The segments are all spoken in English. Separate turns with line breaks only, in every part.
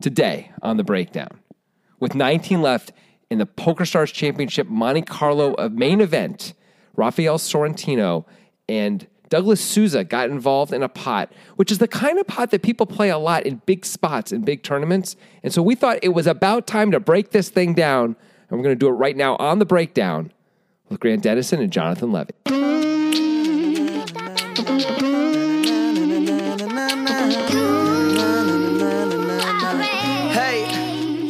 today on the breakdown. With 19 left in the PokerStars Championship Monte Carlo uh, main event, Rafael Sorrentino and Douglas Souza got involved in a pot, which is the kind of pot that people play a lot in big spots in big tournaments. And so we thought it was about time to break this thing down. And we're going to do it right now on the breakdown with Grant Dennison and Jonathan Levitt.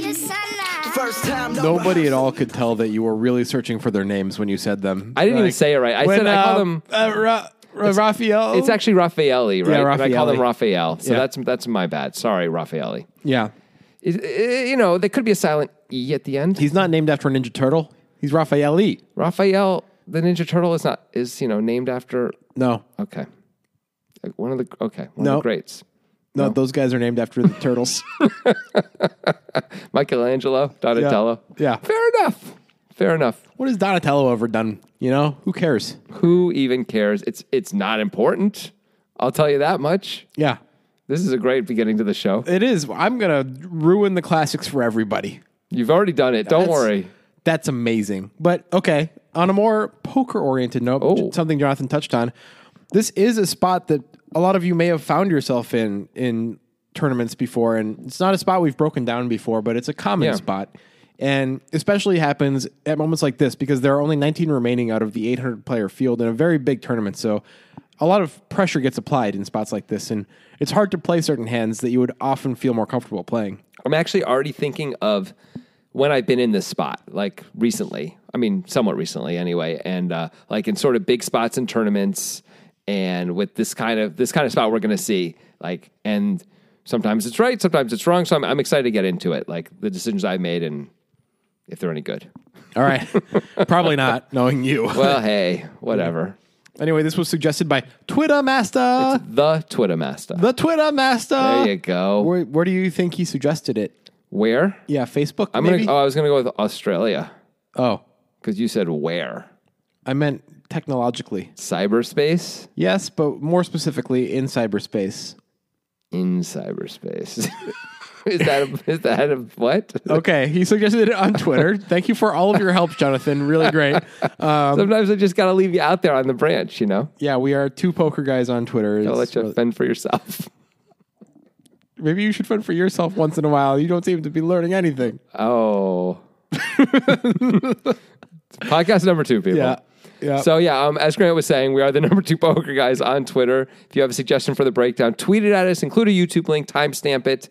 First time,
Nobody at all could tell that you were really searching for their names when you said them.
I didn't even say it right. I said I called him.
uh, Ra- Ra- Raphael.
It's actually Raffaelli, right?
Yeah,
But I call him
Raffaelli.
Raphael. So
Yeah.
that's that's my bad. Sorry, Raffaelli.
yeah.
It- it- uh, you know, there could be a silent E at the end.
He's not named after a Ninja Turtle. He's Raphael E.
Raphael, the Ninja Turtle, is not is you know named after.
No,
Okay, Like, one of the okay one of
No.
the greats,
no, those guys are named after the turtles.
Michelangelo, Donatello.
Yeah.
fair enough. Fair enough.
what has Donatello ever done? You know, who cares?
Who even cares? It's it's not important. I'll tell you that much.
Yeah,
This is a great beginning to the show.
it is. I'm gonna ruin the classics for everybody.
You've already done it. Don't
That's-
worry.
That's amazing. But okay, on a more poker oriented note,
Oh.
something Jonathan touched on, this is a spot that a lot of you may have found yourself in in tournaments before. And it's not a spot we've broken down before, but it's a common
Yeah.
spot. And especially happens at moments like this because there are only 19 remaining out of the 800 player field in a very big tournament. So a lot of pressure gets applied in spots like this. And it's hard to play certain hands that you would often feel more comfortable playing.
I'm actually already thinking of when I've been in this spot, like recently. I mean, somewhat recently, anyway, and uh, like in sort of big spots in tournaments, and with this kind of this kind of spot, we're going to see like, and sometimes it's right, sometimes it's wrong. So I'm, I'm excited to get into it, like the decisions I made and if they're any good.
All right. Probably not, knowing you.
Well, hey, whatever.
Anyway, this was suggested by Twitter Master.
The Twitter master.
the Twitter Master.
there you go.
Where, where do you think he suggested it?
Where?
Yeah, Facebook.
I'm
maybe?
gonna. Oh, I was gonna go with Australia
oh,
because you said where
I meant technologically.
cyberspace
Yes, but more specifically in cyberspace.
in cyberspace. is that a, is that a what?
Okay, he suggested it on Twitter. Thank you for all of your help, Jonathan. Really great. Um,
Sometimes I just got to leave you out there on the branch, you know.
yeah, we are two poker guys on Twitter.
I'll
It's
let you
really-
fend for yourself.
maybe you should fund for yourself once in a while. You don't seem to be learning anything.
Oh. Podcast number two, people.
Yeah, yeah.
So yeah, um, as Grant was saying, we are the number two poker guys on Twitter. If you have a suggestion for the breakdown, tweet it at us, include a YouTube link, timestamp it.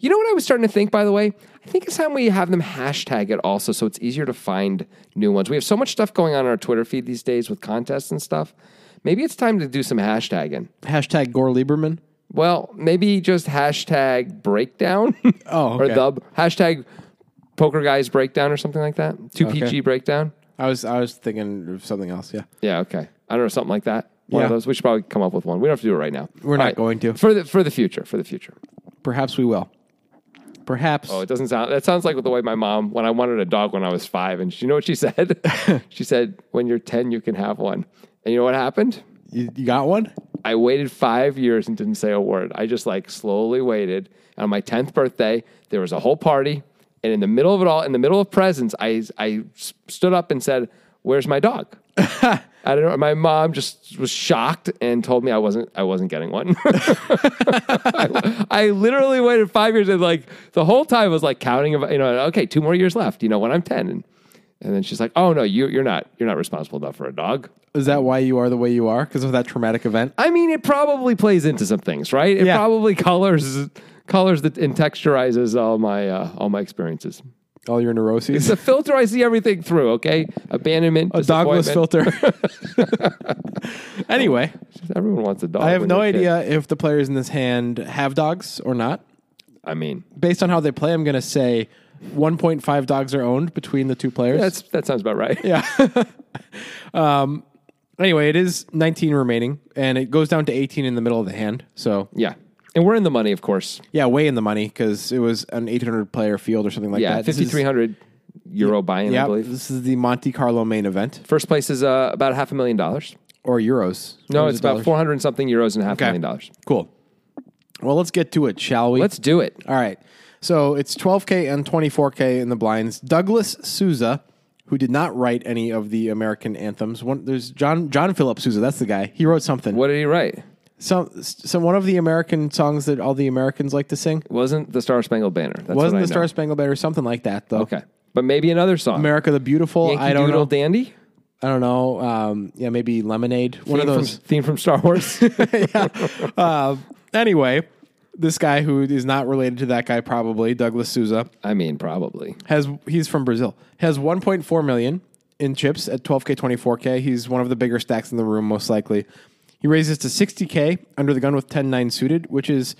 You know what I was starting to think, by the way? I think it's time we have them hashtag it also, so it's easier to find new ones. We have so much stuff going on in our Twitter feed these days with contests and stuff. Maybe it's time to do some hashtagging.
Hashtag Gore Lieberman.
Well, maybe just hashtag breakdown.
Oh,
or
okay.
the hashtag poker guys breakdown or something like that. Two
Okay.
PG breakdown.
I was I was thinking of something else. Yeah.
Yeah, okay. I don't know, something like that. One of
Yeah.
those. We should probably come up with one. We don't have to do it right now.
We're
All
not
right.
going to.
For the for the future. For the future.
Perhaps we will. Perhaps.
Oh, it doesn't sound that sounds like the way my mom when I wanted a dog when I was five, and she, you know what she said? she said, When you're ten you can have one. And you know what happened?
You, you got one?
I waited five years and didn't say a word. I just like slowly waited. On my 10th birthday, there was a whole party. And in the middle of it all, in the middle of presents, I, I s- stood up and said, Where's my dog? I don't know. My mom just was shocked and told me I wasn't I wasn't getting one. I, I literally waited five years and like the whole time was like counting of you know okay two more years left you know when I'm ten and, and then she's like oh no you you're not you're not responsible enough for a dog
Is that why you are the way you are? Because of that traumatic event?
I mean, it probably plays into some things, right? It
Yeah.
probably colors colors the, and texturizes all my uh, all my experiences.
All your neuroses?
It's a filter I see everything through. Okay, abandonment,
A dogless
disappointment.
filter. anyway,
Everyone wants a dog.
I have
when
no
they're a kid.
idea if the players in this hand have dogs or not.
I mean,
Based on how they play, I'm going to say 1.5 dogs are owned between the two players.
that's that sounds about right.
Yeah. um, anyway, it is 19 remaining, and it goes down to 18 in the middle of the hand. So,
Yeah, and we're in the money, of course.
yeah, way in the money because it was an 800 player field or something like
Yeah,
that. This
fifty
is-
three hundred euro buy-in, I
Yeah,
believe.
this is the Monte Carlo main event
First place is uh, about half a million dollars.
or euros.
No,
Or is
it's
it
about
dollars?
four hundred and something euros and half a
Okay.
million dollars.
Cool. Well, let's get to it, shall we?
Let's do it.
All right. So it's 12K and 24K in the blinds. Douglas Souza, who did not write any of the American anthems. One, there's John John Philip Souza. That's the guy. He wrote something.
What did he write?
Some, some one of the American songs that all the Americans like to sing.
Wasn't the Star Spangled Banner? That's
Wasn't
what I
the Star
know.
Spangled Banner something like that though?
Okay, but maybe another song.
America the Beautiful.
Yankee
I don't
Doodle
know.
Dandy.
I don't know. Um, yeah, maybe Lemonade. One of
Theme
those.
from, theme from Star Wars.
Anyway, this guy who is not related to that guy probably Douglas Souza.
I mean, probably.
has he's from Brazil. Has 1.4 million in chips at 12k 24k. He's one of the bigger stacks in the room most likely. He raises to 60k under the gun with 10-9 suited, which is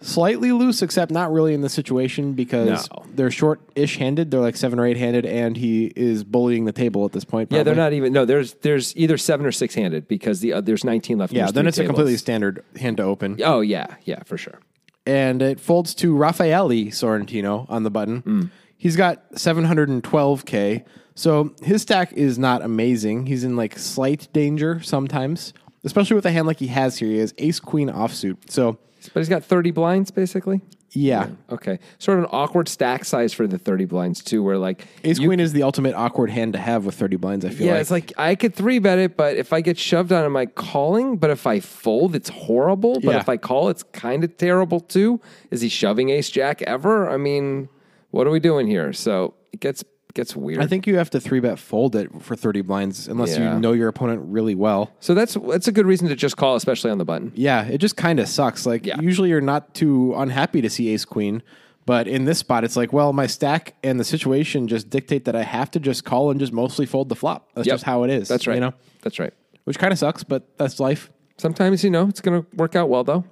slightly loose except not really in the situation because
No.
they're short-ish handed. They're like 7 or 8 handed and he is bullying the table at this point.
Yeah, they're
probably.
not even. No, there's there's either seven or six handed because the uh, there's 19 left.
Yeah, then it's a completely
St-
standard hand to open.
oh yeah, yeah for sure.
and it folds to Raffaele Sorrentino on the button.
Mm.
He's got 712k. So his stack is not amazing. He's in like slight danger sometimes, especially with a hand like he has here. He has ace queen offsuit. So
But he's got 30 blinds basically.
yeah,
Okay, sort of an awkward stack size for the 30 blinds too, where like
ace
you-
queen is the ultimate awkward hand to have with 30 blinds. I feel
Yeah,
like.
it's like I could three bet it, but if I get shoved on, am I calling? But if I fold, it's horrible. But
Yeah.
if I call, it's kind of terrible too. Is he shoving ace jack ever? I mean, what are we doing here? So it gets gets weird.
I think you have to three bet fold it for 30 blinds unless
Yeah.
you know your opponent really well.
so that's that's a good reason to just call, especially on the button.
Yeah, it just kind of sucks. Like
Yeah.
usually you're not too unhappy to see ace queen, but in this spot it's like, well, my stack and the situation just dictate that I have to just call and just mostly fold the flop. That's
Yep.
just how it is.
That's right.
You know,
That's right.
which kind of sucks, but that's life.
Sometimes you know it's going to work out well though.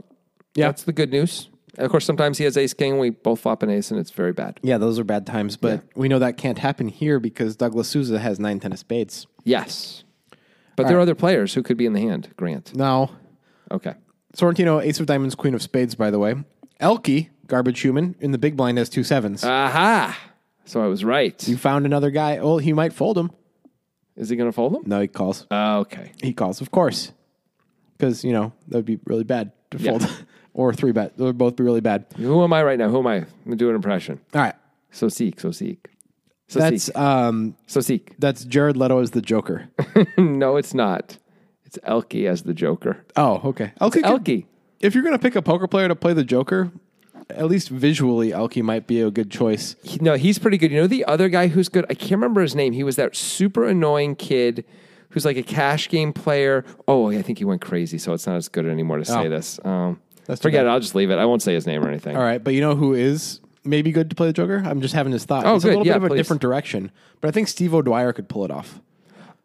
Yeah.
that's the good news. And of course, sometimes he has ace king. We both flop an ace, and it's very bad.
Yeah, those are bad times, but we know that can't happen here because Douglas Souza has nine ten of spades.
Yes, but there are other players who could be in the hand. Grant.
Now,
Okay.
Sorrentino, ace of diamonds, queen of spades. By the way, Elke, garbage human in the big blind has two sevens.
Uh. Aha. So I was right.
you found another guy. Oh, he might fold him.
Is he going to fold them?
No, he calls.
Uh, okay.
He calls, of course, because you know that would be really bad to
Yeah.
fold or three bet. They would both be really bad.
Who am I right now? Who am I? I'm going to do an impression.
All right,
So seek, so seek. So
that's
seek.
um,
So seek.
that's Jared Leto as the Joker.
no, it's not. It's Elke as the Joker.
oh, okay. Elke, could-
Elke.
if you're gonna pick a poker player to play the Joker, at least visually, Elke might be a good choice.
He- no, he's pretty good. You know the other guy who's good? I can't remember his name. He was that super annoying kid who's like a cash game player. Oh, I think he went crazy, so it's not as good anymore to say
Oh.
this. Um,
That's too
forget
bad.
it. I'll just leave it. I won't say his name or anything.
All right, but you know who is maybe good to play the Joker? I'm just having this thought.
Oh,
it's
good.
a little
Yeah,
bit of
please.
a different direction, but I think Steve O'Dwyer could pull it off.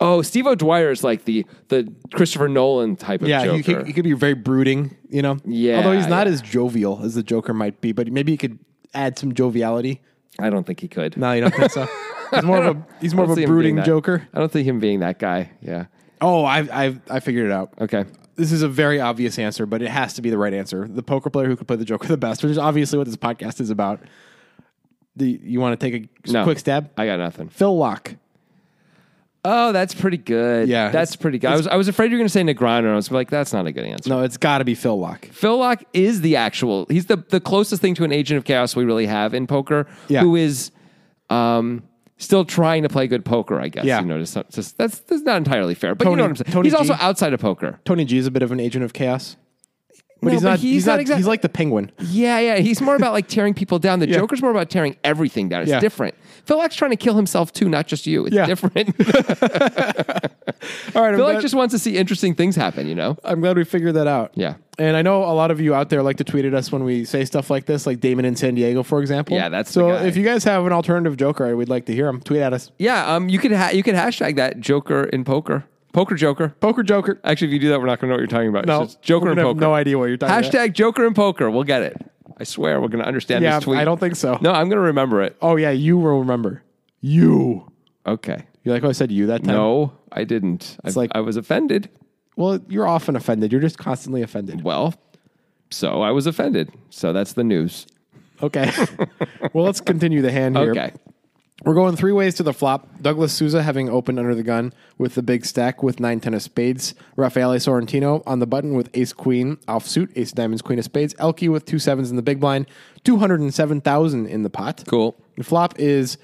Oh, Steve O'Dwyer is like the the Christopher Nolan type of
Yeah,
Joker.
he could, he could be very brooding, you know?
Yeah,
Although he's not
yeah.
as jovial as the Joker might be, but maybe he could add some joviality.
I don't think he could.
No, you don't think so? He's more of a he's
I
more of
don't see
a
him being
brooding
that-
joker.
I don't think him being that guy. Yeah.
Oh, I've I've I figured it out.
Okay.
This is a very obvious answer, but it has to be the right answer. The poker player who could play the joker the best, which is obviously what this podcast is about. Do you, you want to take a
No.
quick stab?
I got nothing.
Phil Locke.
Oh, that's pretty good.
Yeah,
That's
it's-
pretty good. I was I was afraid you were going to say Negreanu. and I was like, that's not a good answer.
No, it's got to be Phil Locke.
Phil Lock is the actual. He's the the closest thing to an agent of chaos we really have in poker.
Yeah.
Who is, um, still trying to play good poker. I guess.
Yeah.
You know, just, just- that's that's not entirely fair. But you
Tony-
know what I'm saying.
Tony
he's also
G.
outside of poker.
Tony G is a bit of an agent of chaos, but
No,
he's
but
not.
he's
He's,
not
not.
exact-
he's like the penguin.
Yeah, yeah. He's more about like tearing people down. The
Yeah.
Joker's more about tearing everything down. It's
Yeah.
different. Phil Lock's trying to kill himself too, not just you. It's
Yeah.
different.
All right, I'm
Phil
glad,
like just wants to see interesting things happen, you know?
I'm glad we figured that out.
Yeah.
And I know a lot of you out there like to tweet at us when we say stuff like this, like Damon in San Diego, for example.
Yeah, that's the
so.
guy.
If you guys have an alternative Joker, we'd like to hear them. Tweet at us,
Yeah, um, you could ha- you could hashtag that Joker in poker, poker Joker.
Poker Joker.
Actually, if you do that, we're not going to know what you're talking about.
No,
It's just Joker
we're
and
gonna have
poker.
no idea what you're talking
Hashtag Joker and poker. We'll get it. I swear, we're going to understand
Yeah,
this tweet.
I don't think so.
No, I'm going to remember it.
Oh yeah, you will remember. You.
Okay.
You like how I said you that time?
No, I didn't. I,
like-
I was offended.
Well, you're often offended. You're just constantly offended.
Well, so I was offended. So that's the news.
Okay. well, let's continue the hand here.
Okay.
We're going three ways to the flop. Douglas Souza having opened under the gun with the big stack with nine ten of spades. Raffaele Sorrentino on the button with ace queen offsuit, ace diamonds, queen of spades. Elke with two sevens in the big blind, 207,000 in the pot.
Cool.
The flop is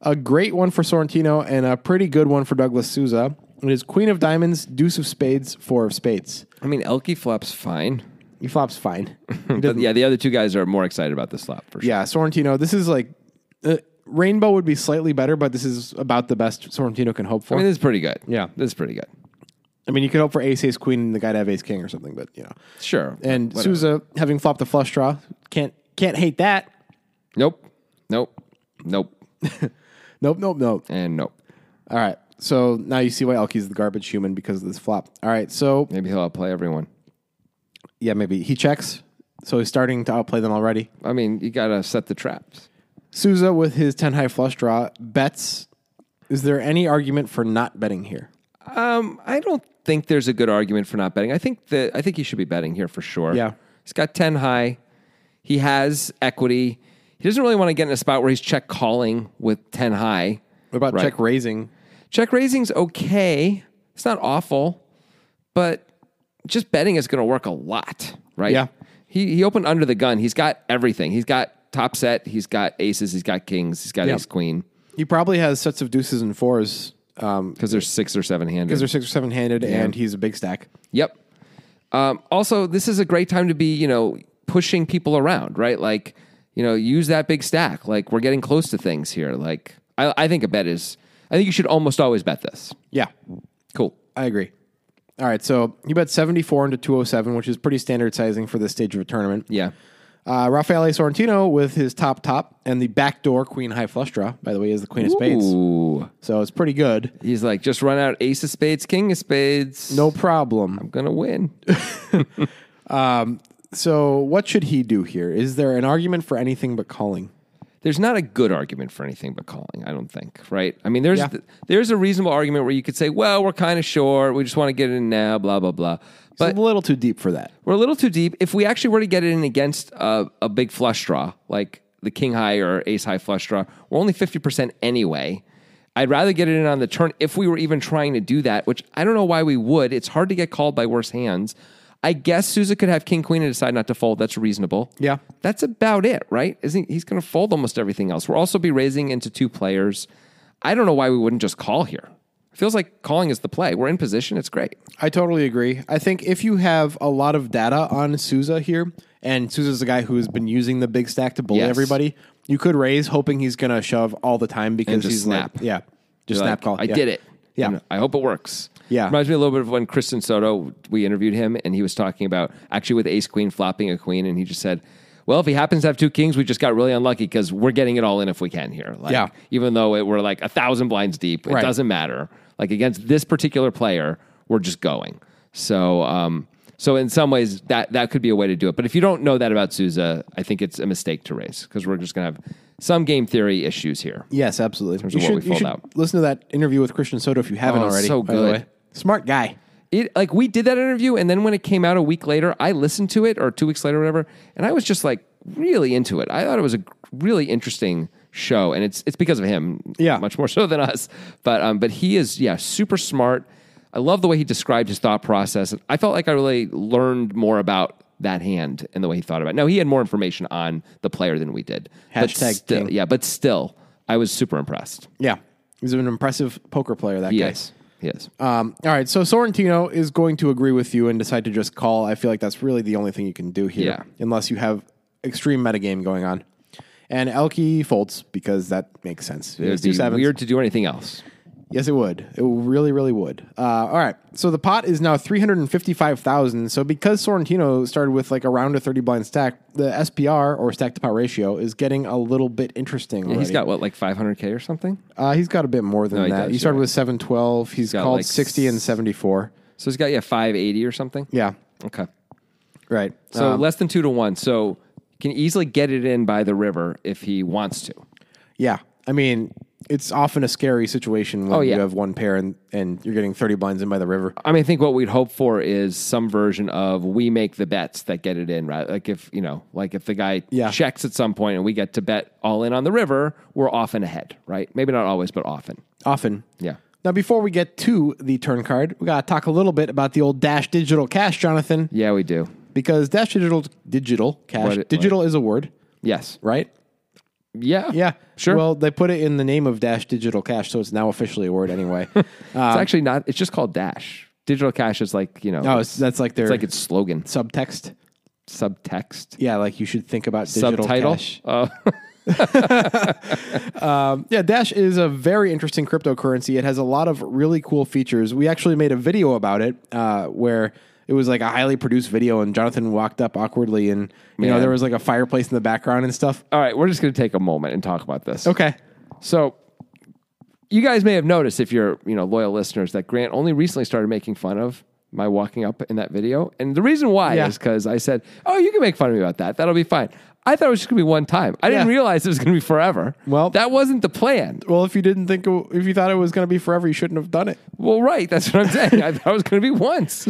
a great one for Sorrentino and a pretty good one for Douglas Souza. It is queen of diamonds, deuce of spades, four of spades.
I mean, Elke flops fine.
He flops fine.
But yeah, the other two guys are more excited about this flop for sure.
Yeah, Sorrentino. This is like uh, Rainbow would be slightly better, but this is about the best Sorrentino can hope for.
I mean, this is pretty good.
Yeah.
This is pretty good.
you could hope for ace, ace, queen, and the guy to have ace, king or something, but you know.
Sure.
And
Whatever.
Souza having flopped the flush draw can't can't hate that.
Nope. Nope. Nope.
Nope, nope, nope.
And nope.
All right. So now you see why Elke's the garbage human because of this flop. All right. So
Maybe he'll outplay everyone.
yeah, maybe he checks. So he's starting to outplay them already.
I mean, you gotta set the traps.
Souza with his ten high flush draw bets. Is there any argument for not betting here?
Um, I don't think there's a good argument for not betting. I think that I think he should be betting here for sure.
Yeah.
he's got ten high. He has equity. He doesn't really want to get in a spot where he's check calling with ten high.
What about
Right.
check raising?
Check raising's okay. It's not awful, but just betting is going to work a lot, right?
Yeah.
He he opened under the gun. He's got everything. He's got top set. He's got aces. He's got kings. He's got
Yeah.
ace queen
He probably has sets of deuces and fours um,
because there's six or seven handed.
because they're six or seven handed, and he's a big stack.
Yep. Um, also, this is a great time to be, you know, pushing people around, right? Like, you know, use that big stack. Like, we're getting close to things here. Like, I, I think a bet is, I think you should almost always bet this.
Yeah,
Cool.
I agree. All right, so you bet seventy four into two hundred seven, which is pretty standard sizing for this stage of a tournament.
Yeah.
Uh, Rafaele Sorrentino with his top top and the backdoor queen high flush draw. By the way, is the queen of spades,
Ooh.
so it's pretty good.
He's like, just run out ace of spades, king of spades.
No problem.
I'm going to win.
So, what should he do here? Is there an argument for anything but calling?
there's not a good argument for anything but calling. I don't think, right? I mean, there's
Yeah.
there's a reasonable argument where you could say, well, we're kind of short. We just want to get it in now. Blah blah blah. But
It's a little too deep for that.
We're a little too deep. If we actually were to get it in against a, a big flush draw, like the king high or ace high flush draw, we're only 50% anyway. I'd rather get it in on the turn if we were even trying to do that, which I don't know why we would. It's hard to get called by worse hands. I guess Souza could have king queen and decide not to fold. That's reasonable.
Yeah.
That's about it, right? Isn't he's going to fold almost everything else. We'll also be raising into two players. I don't know why we wouldn't just call here. Feels like calling is the play. We're in position. It's great.
I totally agree. I think if you have a lot of data on Souza here, and Souza's the guy who has been using the big stack to bully
Yes.
everybody, you could raise hoping he's going to shove all the time because
just
he's
snap.
Like, yeah, just
You're
snap
like,
call.
I
yeah.
did it.
Yeah.
And I hope it works.
Yeah.
Reminds me a little bit of when Kristen Soto, we interviewed him and he was talking about actually with ace queen flopping a queen. And he just said, well, if he happens to have two kings, we just got really unlucky because we're getting it all in if we can here. Like,
Yeah.
Even though it, we're like a thousand blinds deep, it
Right.
doesn't matter. Like against this particular player, we're just going. So, um, so in some ways that that could be a way to do it. But if you don't know that about Souza, I think it's a mistake to raise because we're just going to have some game theory issues here.
Yes, absolutely.
of
you
what
should,
we
you
fold
should
out.
listen to that interview with Christian Soto if you haven't
Oh,
already.
so
by the
good.
way. smart guy.
it like we did that interview and then when it came out a week later i listened to it or two weeks later whatever and i was just like really into it i thought it was a really interesting show and it's it's because of him
Yeah.
much more so than us but um but he is yeah super smart i love the way he described his thought process i felt like i really learned more about that hand and the way he thought about it now he had more information on the player than we did but
Hashtag
still,
king.
yeah but still i was super impressed
Yeah, he's an impressive poker player. That guy.
yes yes
Um, all right, so Sorrentino is going to agree with you and decide to just call. I feel like that's really the only thing you can do here,
Yeah.
unless you have extreme metagame going on. And Elke folds because that makes sense.
it
It was
would
two
be
sevens.
weird to do anything else
Yes, it would. It really, really would. Uh, all right, so the pot is now three hundred and fifty-five thousand. So because Sorrentino started with like around a thirty blind stack, the SPR or stack to pot ratio is getting a little bit interesting. already.
He's got what, like 500K or something?
uh, he's got a bit more than
he
that.
does,
he started
you're
with seven twelve. He's
got,
called
like,
sixty and seventy-four.
So he's got, yeah, 580 or something?
Yeah, Um,
Okay.
right.
So less than two to one. So can easily get it in by the river if he wants to.
Yeah. I mean, it's often a scary situation when
Oh, yeah.
you have one pair and, and you're getting 30 blinds in by the river.
I mean, I think what we'd hope for is some version of we make the bets that get it in, right? Like if you know, like if the guy
Yeah.
checks at some point and we get to bet all in on the river, we're often ahead, right? Maybe not always, but often.
Often.
Yeah.
Now, before we get to the turn card, we got to talk a little bit about the old Dash Digital Cash, Jonathan,
Yeah, we do.
because Dash Digital Digital Cash
What-
digital is a word,
Yes.
right?
Yeah.
Yeah,
Sure.
Well, they put it in the name of Dash Digital Cash, so it's now officially a word anyway. Oh,
it's actually not. It's just called Dash. Digital cash is like you know.
um, no, it's, that's like their
it's like its slogan,
subtext.
subtext,
Yeah, like you should think about digital
subtitle.
cash.
Uh,
Yeah, Dash is a very interesting cryptocurrency. It has a lot of really cool features. We actually made a video about it uh, where it was like a highly produced video, and Jonathan walked up awkwardly, and you know
Man.
there was like a fireplace in the background and stuff.
all right, we're just going to take a moment and talk about this.
Okay,
So you guys may have noticed if you're, you know, loyal listeners that Grant only recently started making fun of my walking up in that video. And the reason why
Yeah.
is because I said, Oh, you can make fun of me about that. That'll be fine. I thought it was just gonna be one time. I didn't
Yeah.
realize it was gonna be forever.
Well-
that wasn't the plan.
well if you didn't think if you thought it was going to be forever, you shouldn't have done it.
Well, right. That's what I'm saying. I thought it was gonna be once.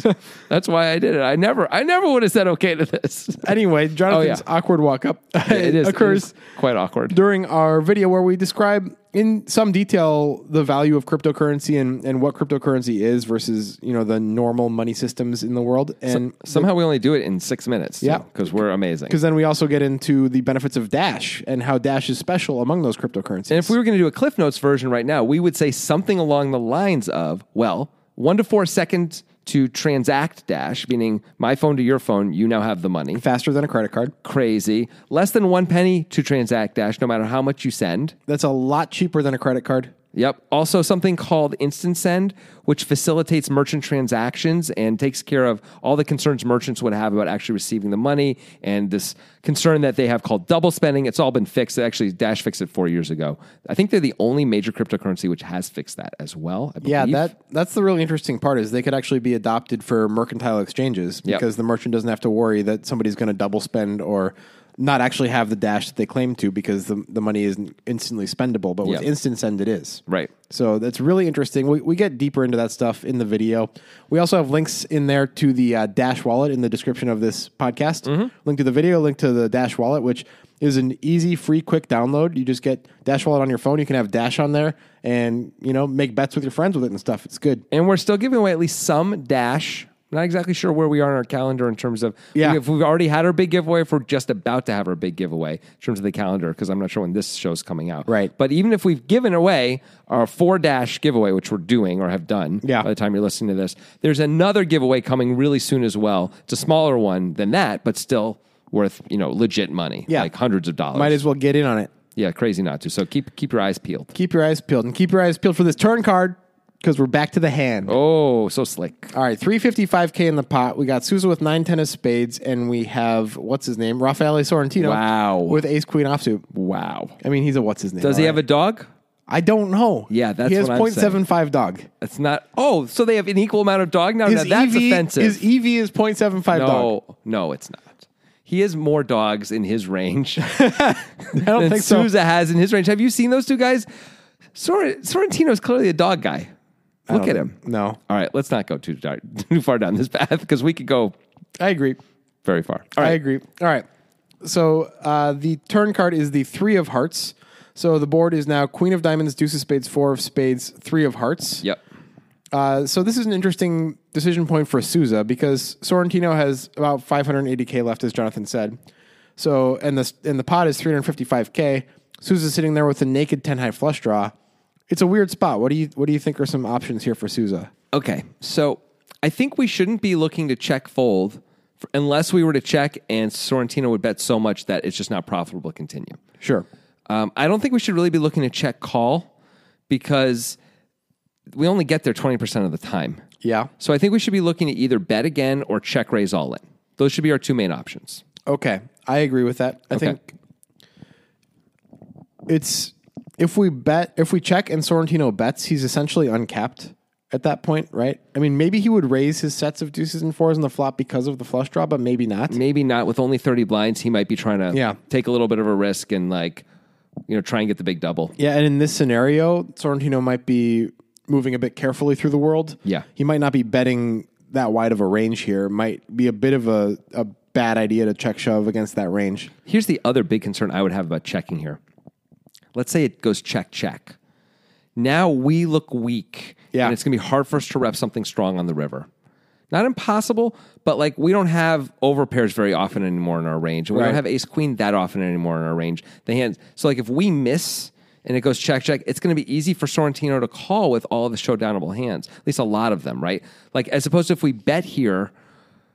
That's why I did it. I never, I never would have said okay to this.
Anyway, Jonathan's awkward walk up
Oh, It is it
occurs
is quite awkward.
during our video where we describe in some detail the value of cryptocurrency and, and what cryptocurrency is versus you know the normal money systems in the world and
Somehow we only do it in six minutes.
Yeah.
because we're amazing.
because then we also get into the benefits of dash and how dash is special among those cryptocurrencies
And if we were going to do a Cliff Notes version right now, we would say something along the lines of, well, one to four seconds to transact dash, meaning my phone to your phone, you now have the money.
faster than a credit card
Crazy. Less than one penny to transact dash, no matter how much you send.
that's a lot cheaper than a credit card
Yep. Also, something called Instant Send, which facilitates merchant transactions and takes care of all the concerns merchants would have about actually receiving the money and this concern that they have called double spending. It's all been fixed. Actually, Dash fixed it four years ago. I think they're the only major cryptocurrency which has fixed that as well. I
yeah
believe.
that that's the really interesting part is they could actually be adopted for mercantile exchanges
Yep.
because the merchant doesn't have to worry that somebody's going to double spend or not actually have the dash that they claim to because the, the money isn't instantly spendable but with
Yep.
instant send it is
Right.
so that's really interesting we, we get deeper into that stuff in the video we also have links in there to the uh, dash wallet in the description of this podcast link to the video link to the dash wallet which is an easy free quick download you just get dash wallet on your phone you can have dash on there and you know make bets with your friends with it and stuff it's good
And we're still giving away at least some Dash. Not exactly sure where we are in our calendar in terms of
Yeah.
if we've already had our big giveaway, if we're just about to have our big giveaway in terms of the calendar, because I'm not sure when this show's coming out.
Right.
But even if we've given away our four dash giveaway, which we're doing or have done
Yeah.
by the time you're listening to this, there's another giveaway coming really soon as well. It's a smaller one than that, but still worth, you know, legit money.
Yeah.
Like hundreds of dollars.
might as well get in on it
yeah, crazy not to. So keep keep your eyes peeled.
keep your eyes peeled and keep your eyes peeled for this turn card because we're back to the hand
Oh, so slick.
All right, 355K in the pot. We got Souza with nine ten of spades, and we have, what's his name? Raffaele Sorrentino.
Wow.
With ace queen offsuit.
Wow.
I mean, he's a what's his name.
Does he have a dog?
I I don't know.
Yeah, that's
He has
what I'm saying.
0.75 dog.
That's not. Oh, so they have an equal amount of dog now. now that's
EV,
offensive.
His EV is 0.75
no,
dog.
no, it's not. He has more dogs in his range
I don't
than
think so.
Souza has in his range. Have you seen those two guys? Sor- Sorrentino's clearly a dog guy. Look at him.
No,
All right, let's not go too dar- too far down this path because we could go
I agree.
very far. All
I
right,
agree. All right. So uh, the turn card is the three of hearts. So the board is now queen of diamonds, deuce of spades, four of spades, three of hearts.
yep.
Uh, so this is an interesting decision point for Souza because Sorrentino has about 580k left, as Jonathan said. So and the and the pot is 355k. Souza's sitting there with a naked 10 high flush draw. It's a weird spot. What do you what do you think are some options here for Souza?
Okay, so I think we shouldn't be looking to check fold f- unless we were to check and Sorrentino would bet so much that it's just not profitable to continue.
Sure.
Um, I don't think we should really be looking to check call because we only get there 20% of the time.
Yeah.
So I think we should be looking to either bet again or check raise all in. Those should be our two main options.
Okay. I agree with that. I
Okay.
think it's if we bet if we check and Sorrentino bets, he's essentially uncapped at that point, right? I mean, maybe he would raise his sets of deuces and fours on the flop because of the flush draw, but maybe not.
Maybe not with only 30 blinds. He might be trying to
Yeah.
take a little bit of a risk and like, you know, try and get the big double.
Yeah, and in this scenario, Sorrentino might be moving a bit carefully through the world.
Yeah.
He might not be betting that wide of a range here. Might be a bit of a, a bad idea to check shove against that range.
Here's the other big concern I would have about checking here. Let's say it goes check, check. Now we look weak.
Yeah.
And it's going to be hard for us to rep something strong on the river. Not impossible, but like we don't have over pairs very often anymore in our range. And we
Right.
don't have ace queen that often anymore in our range. The hands. So like if we miss and it goes check, check, it's going to be easy for Sorrentino to call with all the showdownable hands, at least a lot of them, right? Like as opposed to if we bet here,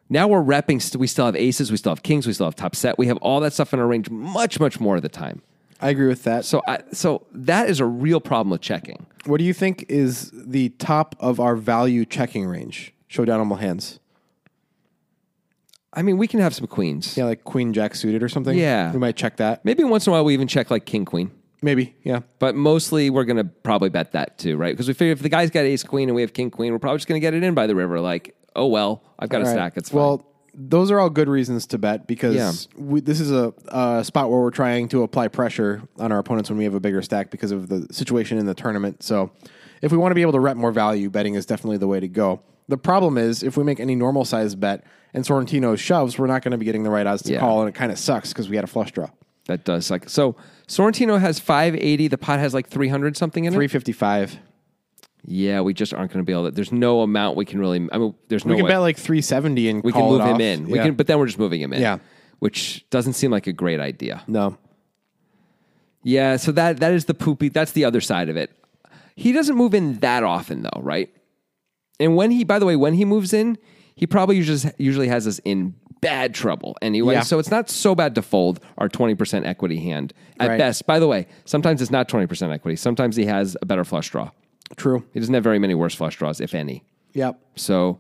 now we're repping. st- We still have aces. We still have kings. We still have top set. We have all that stuff in our range much, much more of the time.
I agree with that.
So, I, so that is a real problem with checking.
What do you think is the top of our value checking range? Showdownable hands.
I mean, we can have some queens.
Yeah, like queen jack suited or something.
Yeah.
We might check that.
Maybe once in a while we even check like king queen,
Maybe. Yeah.
but mostly we're gonna probably bet that too, right? Because we figure if the guy's got ace queen and we have king queen, we're probably just gonna get it in by the river. Like, oh well, I've got a
All right.
stack. It's fine.
Well, those are all good reasons to bet because
Yeah.
we, this is a, a spot where we're trying to apply pressure on our opponents when we have a bigger stack because of the situation in the tournament. So, if we want to be able to rep more value, betting is definitely the way to go. The problem is if we make any normal size bet and Sorrentino shoves, we're not going to be getting the right odds to
Yeah.
call, and it kind of sucks because we had a flush draw.
that does like so. Sorrentino has five eighty. The pot has like three hundred something in it.
Three fifty five.
Yeah, we just aren't gonna be able to. There's no amount we can really. I mean, there's no.
We can
way.
bet like three seventy and
we can move him in. We can, but then we're just moving him in.
Yeah.
which doesn't seem like a great idea.
no.
Yeah, so that that is the poopy. That's the other side of it. He doesn't move in that often, though, right? And when he, by the way, when he moves in, he probably usually usually has us in bad trouble anyway.
Yeah.
So it's not so bad to fold our twenty percent equity hand at
Right.
best. By the way, sometimes it's not twenty percent equity. Sometimes he has a better flush draw.
True.
He doesn't have very many worse flush draws, if any.
Yep.
So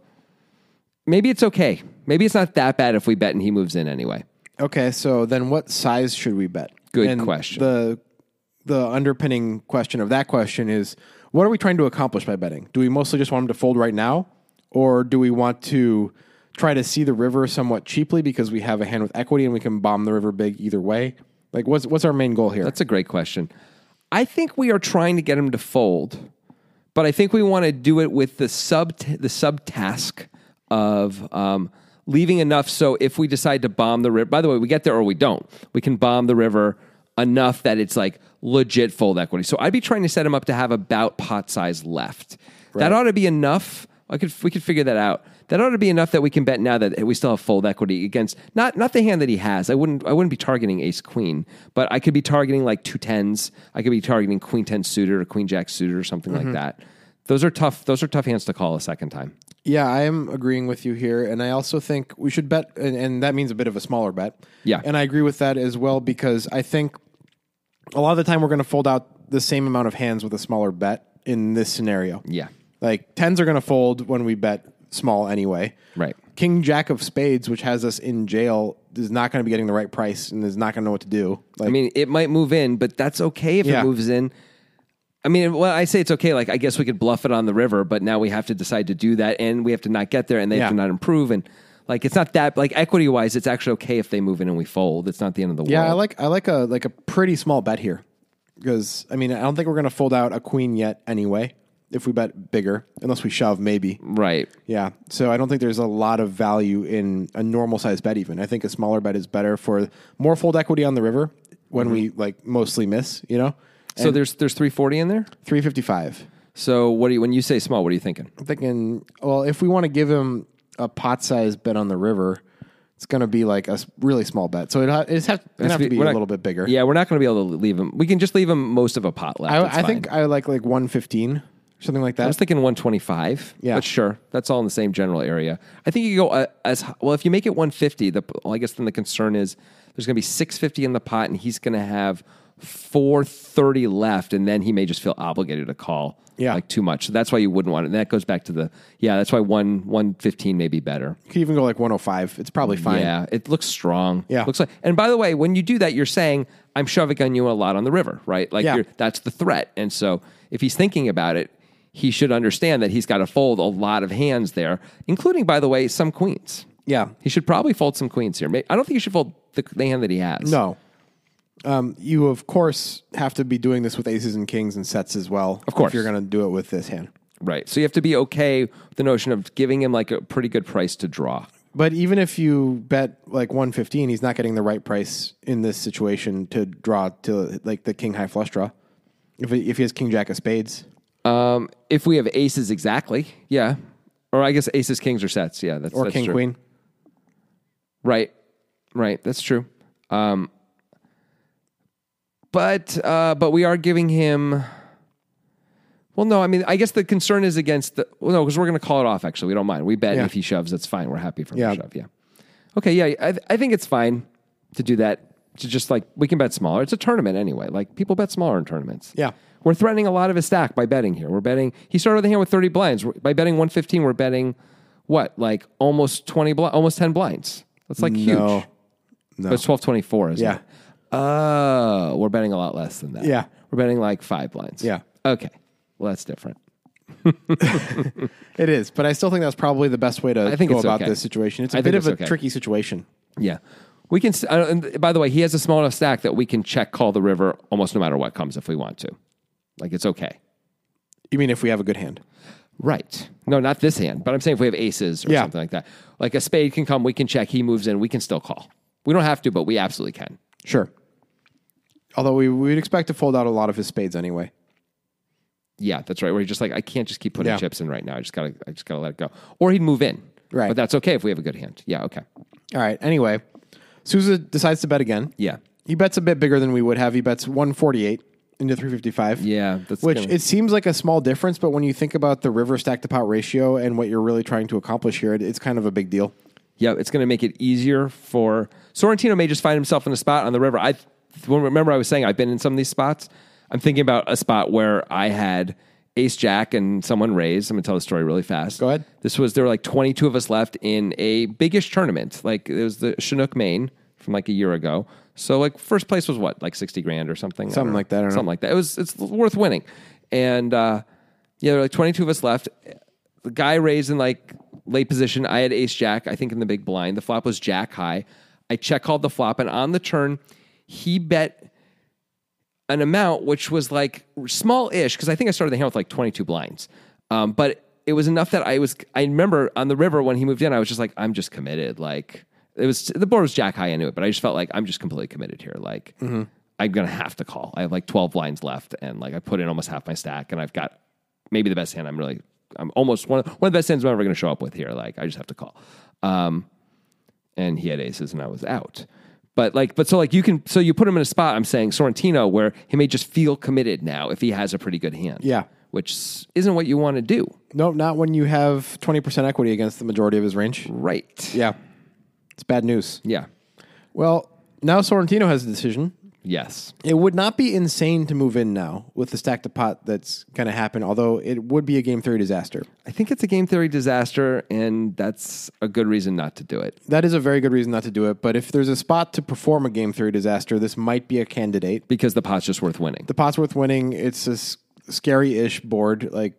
maybe it's okay. Maybe it's not that bad if we bet and he moves in anyway.
Okay, so then what size should we bet?
Good
And
question.
The the underpinning question of that question is what are we trying to accomplish by betting? Do we mostly just want him to fold right now or do we want to try to see the river somewhat cheaply because we have a hand with equity and we can bomb the river big either way? Like what's what's our main goal here?
That's a great question. I think we are trying to get him to fold, but I think we want to do it with the sub the subtask of um, leaving enough so if we decide to bomb the river. By the way, we get there or we don't. We can bomb the river enough that it's like legit fold equity. So I'd be trying to set him up to have about pot size left. That ought to be enough. I could we could figure that out. That ought to be enough that we can bet now that we still have fold equity against not not the hand that he has. I wouldn't I wouldn't be targeting ace queen, but I could be targeting like two tens. I could be targeting queen ten suited or queen jack suited or something like that. Those are tough. Those are tough hands to call a second time.
Yeah, I am agreeing with you here, and I also think we should bet, and, and that means a bit of a smaller bet.
Yeah.
and I agree with that as well because I think a lot of the time we're going to fold out the same amount of hands with a smaller bet in this scenario.
Yeah.
like tens are going to fold when we bet small anyway.
Right.
King Jack of Spades, which has us in jail, is not going to be getting the right price and is not going to know what to do. Like,
I mean, it might move in, but that's okay if
Yeah.
it moves in. I mean, well, I say it's okay. Like, I guess we could bluff it on the river, but now we have to decide to do that, and we have to not get there, and they
Yeah.
have to not improve, and like it's not that like equity wise, it's actually okay if they move in and we fold. It's not the end of the
yeah,
world.
I like I like a like a pretty small bet here because I mean I don't think we're going to fold out a queen yet anyway. If we bet bigger, unless we shove, maybe.
right.
Yeah. So I don't think there's a lot of value in a normal size bet even. I think a smaller bet is better for more fold equity on the river when we like mostly miss, you know?
So there's there's 340 in there.
355.
So what do you when you say small? What are you thinking?
I'm thinking, well, if we want to give him a pot size bet on the river, it's going to be like a s- really small bet. So it ha- it's have, it'd have to be
We're
a
not-
little bit bigger.
Yeah, we're not going to be able to leave them. We can just leave them most of a pot left. It's
I, I
fine.
think I like like 115, something like
I
that.
was thinking 125.
Yeah.
But sure. That's all in the same general area. I think you go uh, as h- well, if you make it 150, the, well, I guess then the concern is there's going to be 650 in the pot and he's going to have 430 left. And then he may just feel obligated to call
Yeah.
like too much. So that's why you wouldn't want it. And that goes back to the, yeah, that's why one 115 may be better.
you could even go like 105. It's probably fine.
Yeah. It looks strong.
Yeah.
Looks like, and by the way, when you do that, you're saying, I'm shoving on you a lot on the river, right? Like
Yeah.
you're, that's the threat. And so if he's thinking about it, he should understand that he's got to fold a lot of hands there, including, by the way, some queens.
Yeah.
He should probably fold some queens here. May- I don't think he should fold the, the hand that he has.
No. Um, you of course have to be doing this with aces and kings and sets as well. Of
course.
if you're going to do it with this hand.
Right. So you have to be okay with the notion of giving him like a pretty good price to draw.
But even if you bet like 115, he's not getting the right price in this situation to draw to like the king high flush draw. If he, if he has king jack of spades,
Um, if we have aces exactly, yeah. Or I guess aces, kings, or sets. Yeah, that's
or
that's
king
true.
queen,
Right. Right. That's true. Um, but uh, but we are giving him. Well, no, I mean, I guess the concern is against the. Well, no, because we're going to call it off. Actually, we don't mind. We bet
Yeah.
if he shoves, that's fine. We're happy for him
Yeah.
to shove. Yeah. Okay. Yeah, I, I think it's fine to do that. To just like we can bet smaller. It's a tournament anyway. Like people bet smaller in tournaments.
Yeah.
We're threatening a lot of his stack by betting here. We're betting. He started the hand with thirty blinds. We're- By betting one fifteen, we're betting what like almost twenty, bl- almost ten blinds. That's like
No.
huge. No, it's twelve twenty four. Isn't
Yeah.
It? Oh, we're betting a lot less than that.
Yeah.
we're betting like five blinds.
Yeah.
Okay. Well, that's different.
it is. But I still think that's probably the best way to
think
go
it's
about
okay.
this situation. It's a
I think
bit of
it's
a
okay.
tricky situation.
Yeah. We can. s- I don't- and by the way, he has a small enough stack that we can check call the river almost no matter what comes if we want to. Like it's okay.
You mean if we have a good hand?
Right. No, not this hand, but I'm saying if we have aces or
Yeah.
something like that. Like a spade can come, we can check, he moves in, we can still call. We don't have to, but we absolutely can.
Sure. Although we would expect to fold out a lot of his spades anyway.
Yeah, that's right. Where you're just like, I can't just keep putting
Yeah.
chips in right now. I just gotta I just gotta let it go. Or he'd move in.
Right.
But that's okay if we have a good hand. Yeah, okay.
All right. Anyway, Sousa decides to bet again.
Yeah.
He bets a bit bigger than we would have. He bets 148 into 355.
Yeah. That's
Which
kinda-
it seems like a small difference, but when you think about the river stack to pot ratio and what you're really trying to accomplish here, it, it's kind of a big deal.
Yeah, it's going to make it easier for Sorrentino may just find himself in a spot on the river. I well, remember I was saying I've been in some of these spots. I'm thinking about a spot where I had ace jack and someone raised. I'm going to tell the story really fast.
Go ahead.
This was there were like 22 of us left in a biggish tournament. Like it was the Chinook Maine from like a year ago. So like first place was what like 60 grand or something. I don't
Something
know.
like that, I don't know.
Something like that. It was it's worth winning. And uh, yeah, there were like 22 of us left. The guy raised in like late position. I had ace jack, I think in the big blind. The flop was jack high. I check called the flop, and on the turn, he bet an amount which was like small ish because I think I started the hand with like 22 blinds. Um, but it was enough that I was, I remember on the river when he moved in, I was just like, I'm just committed. Like, it was, the board was jack high into it, but I just felt like I'm just completely committed here. Like, I'm going to have to call. I have like 12 blinds left and like I put in almost half my stack and I've got maybe the best hand I'm really, I'm almost one, one of the best hands I'm ever going to show up with here. Like, I just have to call. Um, and he had aces and I was out. But like, but so like you can, so you put him in a spot. I'm saying Sorrentino, where he may just feel committed now if he has a pretty good hand.
Yeah.
which s- isn't what you want to do,
No, not when you have 20% equity against the majority of his range.
right?
Yeah. It's bad news.
yeah,
Well, now Sorrentino has a decision.
yes,
It would not be insane to move in now with the stack to pot that's going to happen, although it would be a game three disaster.
I think it's a game theory disaster, and that's a good reason not to do it.
That is a very good reason not to do it, but if there's a spot to perform a game three disaster, this might be a candidate.
because the pot's just worth winning.
the pot's worth winning. It's a s- scary-ish board. Like,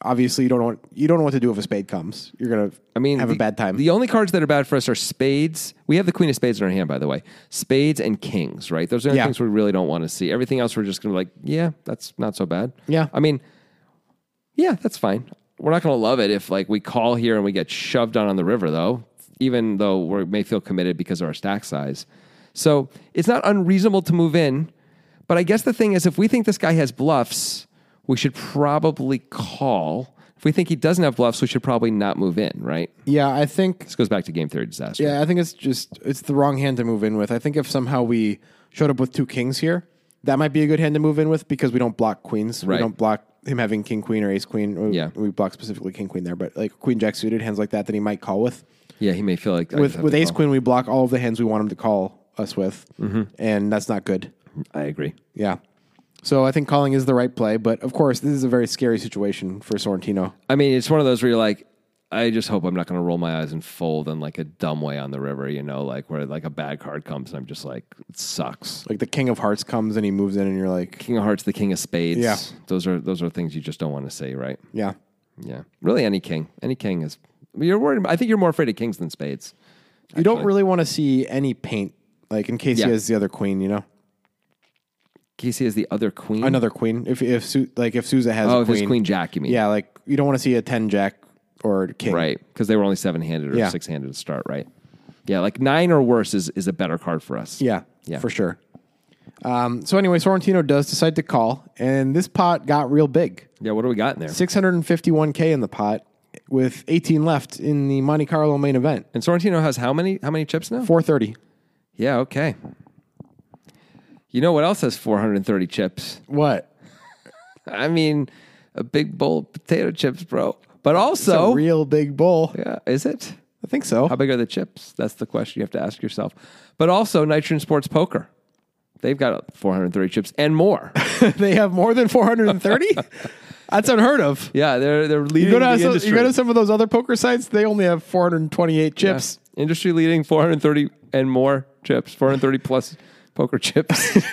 obviously, you don't want you don't know what to do if a spade comes. You're gonna,
I mean,
have
the,
a bad time.
The only cards that are bad for us are spades. We have the queen of spades in our hand, by the way. Spades and kings, right? Those are the only
Yeah.
things we really don't want to see. Everything else, we're just going to be like, yeah, that's not so bad.
Yeah.
I mean, yeah, that's fine. We're not going to love it if like we call here and we get shoved down on the river, though. Even though we may feel committed because of our stack size, so it's not unreasonable to move in. But I guess the thing is, if we think this guy has bluffs, we should probably call. If we think he doesn't have bluffs, we should probably not move in, right?
yeah, I think.
This goes back to game theory disaster.
Yeah, I think it's just it's the wrong hand to move in with. I think if somehow we showed up with two kings here, that might be a good hand to move in with because we don't block queens.
Right.
We don't block him having king queen or ace queen. We-
Yeah.
we block specifically king queen there, but like queen jack suited hands like that that he might call with.
Yeah, he may feel like I just
With
have
with
to
ace
call. Mm-hmm.
queen, we block all of the hands we want him to call us with, and that's not good.
I agree.
Yeah. So I think calling is the right play, but of course this is a very scary situation for Sorrentino.
I mean, it's one of those where you're like, I just hope I'm not going to roll my eyes and fold in like a dumb way on the river, you know, like where like a bad card comes and I'm just like, it sucks.
Like the King of Hearts comes and he moves in, and you're like,
King of Hearts, the King of Spades.
Yeah.
those are those are things you just don't want to say, right?
yeah,
Yeah, really, any king, any king is. You're worried. I think you're more afraid of kings than spades.
you don't really want to see any paint, like in case
Yeah. Mm-hmm.
he has the other queen, you know.
Casey has the other queen.
Another queen. If if Su- like if Souza has
Oh,
a
if
queen,
it's queen jack, you mean?
yeah, like you don't want to see a ten jack or king.
Right. Because they were only seven handed or
Yeah.
six handed to start, right? Yeah. Like nine or worse is, is a better card for us.
Yeah,
Yeah.
for sure. Um, so anyway, Sorrentino does decide to call, and this pot got real big.
Yeah. What do we got in there?
651k in the pot with 18 left in the Monte Carlo main event.
And Sorrentino has how many how many chips now?
430.
Yeah, okay. You know what else has 430 chips?
What?
I mean, a big bowl of potato chips, bro. But
It's
also,
a real big bowl.
yeah, is it?
I think so.
How big are the chips? That's the question you have to ask yourself. But also, Nitrogen Sports Poker. They've got 430 chips and more.
they have more than 430? That's unheard of.
yeah, they're they're leading
You go,
the
to some,
industry.
you go to some of those other poker sites, they only have 428 chips.
Industry leading 430 and more chips, 430 plus poker chips.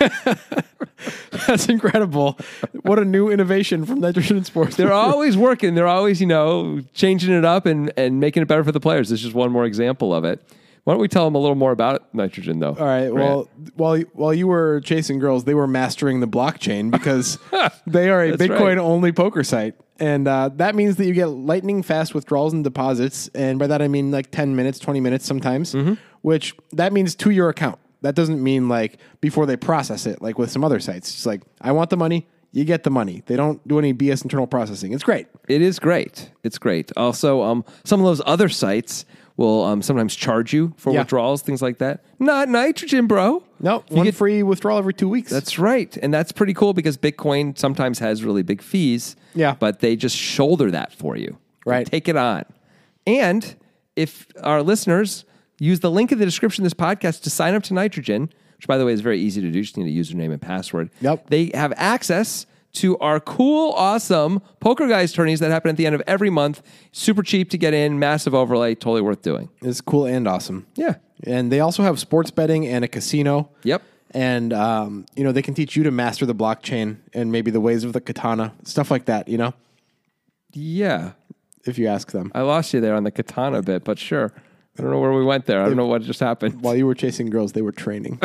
That's incredible. What a new innovation from Nitrogen Sports.
they're always working. They're always, you know, changing it up and, and making it better for the players. This is just one more example of it. Why don't we tell them a little more about nitrogen, though?
All right. Well, while while you were chasing girls, they were mastering the blockchain because they are a
That's right.
Bitcoin only poker site, and uh, that means that you get lightning fast withdrawals and deposits, and by that I mean like ten minutes, twenty minutes sometimes, which that means to your account. That doesn't mean like before they process it, like with some other sites. It's like I want the money, you get the money. They don't do any BS internal processing. It's great.
It is great. It's great. Also, um, some of those other sites will um, sometimes charge you for
Yeah.
withdrawals, things like that. Not nitrogen, bro.
No,
You
one
get-
free withdrawal every two weeks.
That's right. And that's pretty cool because Bitcoin sometimes has really big fees.
Yeah.
But they just shoulder that for you. They
Right.
Take it on. And if our listeners use the link in the description of this podcast to sign up to Nitrogen, which by the way is very easy to do, just need a username and password.
Yep.
They have access to our cool, awesome poker guys tourneys that happen at the end of every month. Super cheap to get in, massive overlay, totally worth doing.
it's cool and awesome.
Yeah.
And they also have sports betting and a casino.
Yep.
And um, you know, they can teach you to master the blockchain and maybe the ways of the katana, stuff like that, you know,
Yeah.
if you ask them.
I lost you there on the katana bit, but sure. I don't know where we went there. I don't know what just happened.
While you were chasing girls, they were training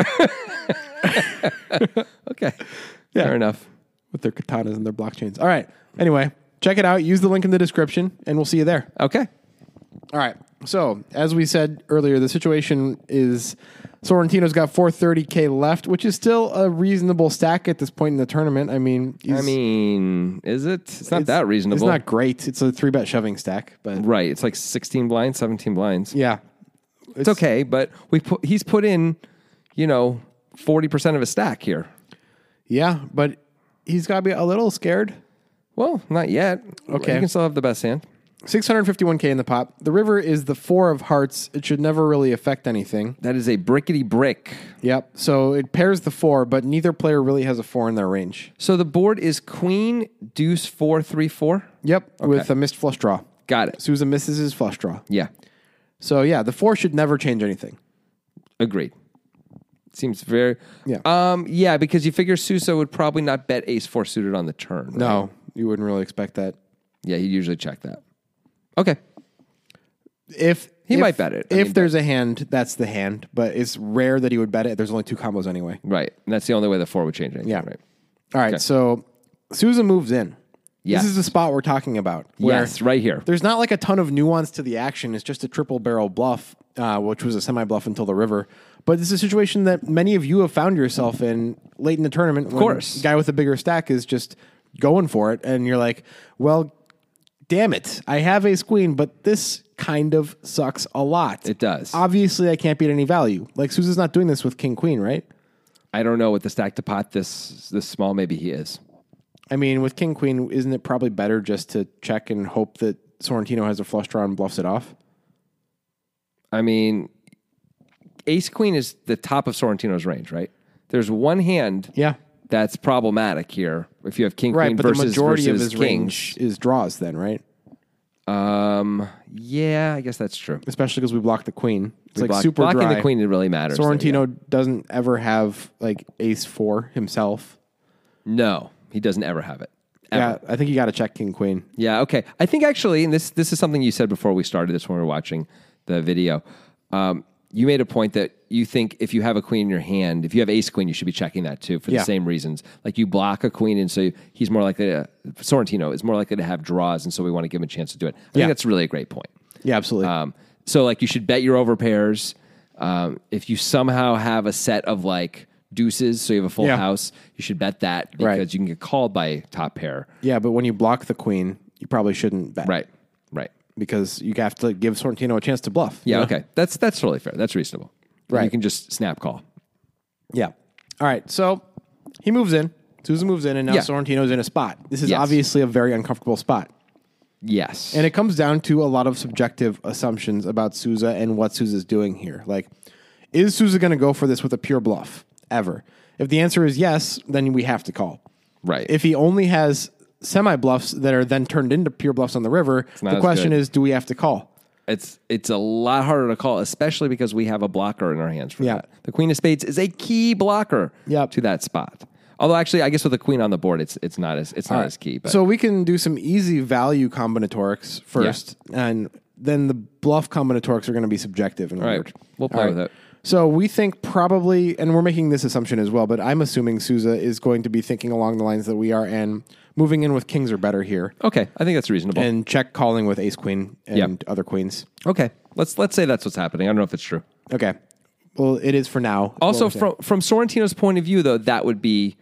Okay.
Yeah.
Fair enough.
with their katanas and their blockchains. All right. Anyway, check it out. Use the link in the description and we'll see you there.
Okay.
All right. So, as we said earlier, the situation is Sorrentino's got 430k left, which is still a reasonable stack at this point in the tournament. I mean,
I mean, is it? It's not that reasonable.
It's not great. It's a three bet shoving stack, but
right. It's like 16 blinds, 17 blinds.
yeah.
It's okay, but we put, he's put in, you know, 40% of a stack here.
Yeah, but he's got to be a little scared.
Well, not yet.
Okay.
You can still have the best hand.
651k in the pot. The river is the four of hearts. It should never really affect anything.
That is a brickety brick.
Yep. So it pairs the four, but neither player really has a four in their range.
So the board is queen, deuce, four, three, four.
Yep. With a missed flush draw.
Got it.
Souza misses his flush draw.
Yeah.
So yeah, the four should never change anything.
Agreed. Seems very.
Yeah.
Um. Yeah, because you figure Suso would probably not bet ace four suited on the turn. right?
No, you wouldn't really expect that.
Yeah, he'd usually check that. Okay.
If
He
if-
might bet it. I
if
mean,
there's a hand, that's the hand. But it's rare that he would bet it. There's only two combos anyway.
Right. And that's the only way the four would change anything.
Yeah.
Right.
All right. So Souza moves in.
Yes.
This is the spot we're talking about. Where
yes, right here.
There's not like a ton of nuance to the action. It's just a triple barrel bluff, uh, which was a semi bluff until the river. But it's a situation that many of you have found yourself in late in the tournament. Of
course.
guy with a bigger stack is just going for it, and you're like, "Well, damn it, I have ace queen, but this kind of sucks a lot.
It does.
Obviously, I can't beat any value. Like Sousa's not doing this with king queen, right?
I don't know what the stack to pot this this small maybe he is.
I mean, with king queen, isn't it probably better just to check and hope that Sorrentino has a flush draw and bluffs it off?
I mean ace queen is the top of Sorrentino's range, right? There's one hand
Yeah.
that's problematic here. If you have king
Right,
queen
but
versus
the majority of
versus kings.
his range is draws, then right?
Um yeah, I guess that's true.
Especially because we block the queen. It's like
Block-
super
blocking
dry.
the queen really matters. there, yeah.
Sorrentino doesn't ever have like ace four himself.
No, he doesn't ever have it. Ever.
Yeah, I think you got to check king queen.
Yeah, okay. I think actually, and this this is something you said before we started this when we were watching the video. Um, you made a point that you think if you have a queen in your hand, if you have ace queen, you should be checking that too for
Yeah.
the same reasons. Like you block a queen, and so he's more likely to, Sorrentino is more likely to have draws, and so we want to give him a chance to do it. I
Yeah.
think that's really a great point.
Yeah, absolutely.
Um, so like you should bet your over pairs. Um, if you somehow have a set of like deuces, so you have a full
Yeah.
house, you should bet that because
Right.
you can get called by top pair.
yeah, but when you block the queen, you probably shouldn't bet.
Right. Right.
Because you have to give Sorrentino a chance to bluff.
Yeah. Okay. That's that's totally fair. That's reasonable.
Right.
You can just snap call.
Yeah. All right. So he moves in. Susan moves in, and now
Yeah.
Sorrentino's in a spot. This is
Yes.
obviously a very uncomfortable spot.
Yes.
And it comes down to a lot of subjective assumptions about Souza and what Souza's doing here. Like, is Souza going to go for this with a pure bluff ever? If the answer is yes, then we have to call.
Right.
If he only has semi bluffs that are then turned into pure bluffs on the river,
not
the
as
question
good.
is do we have to call?
it's it's a lot harder to call, especially because we have a blocker in our hands for
Yeah.
that. The queen of spades is a key blocker
Yep.
to that spot. Although actually, I guess with the queen on the board, it's it's not as it's not as key. But
So we can do some easy value combinatorics first, and then the bluff combinatorics are going to be subjective and
right.
weird.
We'll play with it.
So we think probably, and we're making this assumption as well, but I'm assuming Souza is going to be thinking along the lines that we are and moving in with kings are better here
okay, I think that's reasonable.
and check calling with ace queen and
Yep.
other queens.
Okay, let's let's say that's what's happening. I don't know if it's true.
Okay. Well, it is for now.
Also, from from Sorrentino's point of view, though, that would be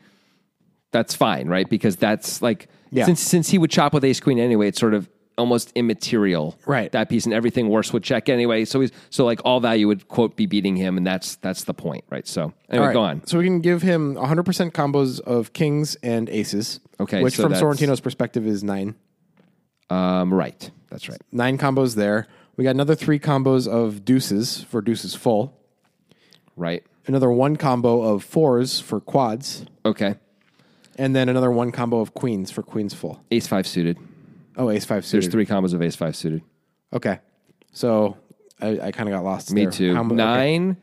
that's fine, right? Because that's like
Yeah.
since since he would chop with ace queen anyway, it's sort of almost immaterial,
Right.
That piece and everything worse would check anyway. So he's so like all value would quote be beating him, and that's that's the point, right? So anyway,
All right.
go on.
So we can give him 100% combos of kings and aces.
Okay,
Which,
so
from
that's-
Sorrentino's perspective, is nine.
Um, right, that's right.
Nine combos there. We got another three combos of deuces for deuces full.
Right.
Another one combo of fours for quads.
Okay.
And then another one combo of queens for queens full.
Ace five suited.
Oh, ace five
There's
suited.
three combos of ace five suited.
Okay, so I, I kind of got lost.
Me
there.
too.
How mu- okay.
Nine.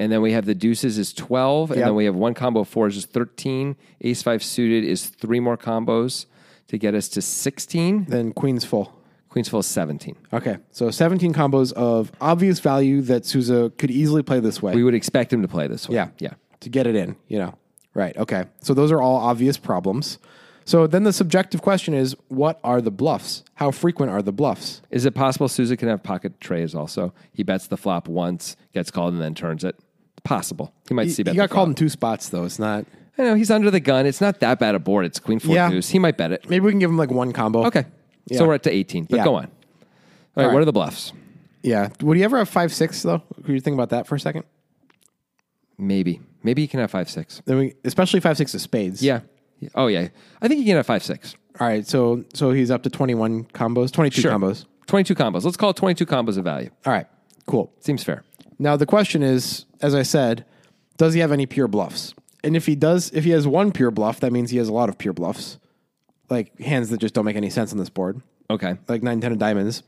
And then we have the deuces is 12. And
Yep.
then we have one combo of fours is 13. Ace five suited is three more combos to get us to 16.
Then queens full.
Queens full is 17.
Okay, so seventeen combos of obvious value that Souza could easily play this way.
We would expect him to play this one.
yeah,
Yeah.
to get it in. You know, right? Okay, so those are all obvious problems. So then the subjective question is, what are the bluffs? How frequent are the bluffs?
Is it possible Souza can have pocket trays also? He bets the flop once, gets called, and then turns it. Possible. He might see
He
bet
got
the
called in
flop.
two spots though. It's not.
I know he's under the gun. It's not that bad a board. It's queen four
Yeah.
deuce. He might bet it.
Maybe we can give him like one combo.
Okay.
Yeah.
So we're up to 18. But
Yeah.
go on. All right,
right.
What are the bluffs?
Yeah. Would he ever have five six though? Could you think about that for a second?
Maybe. Maybe he can have five, six.
Then we, especially five six of spades.
Yeah. Oh yeah. I think you can have five six.
All right, so so he's up to twenty one combos, twenty two combos.
Twenty two combos. Let's call it twenty two combos of value.
All right, cool.
Seems fair.
Now the question is, as I said, does he have any pure bluffs? And if he does, if he has one pure bluff, that means he has a lot of pure bluffs, like hands that just don't make any sense on this board,
Okay.
like nine ten of diamonds.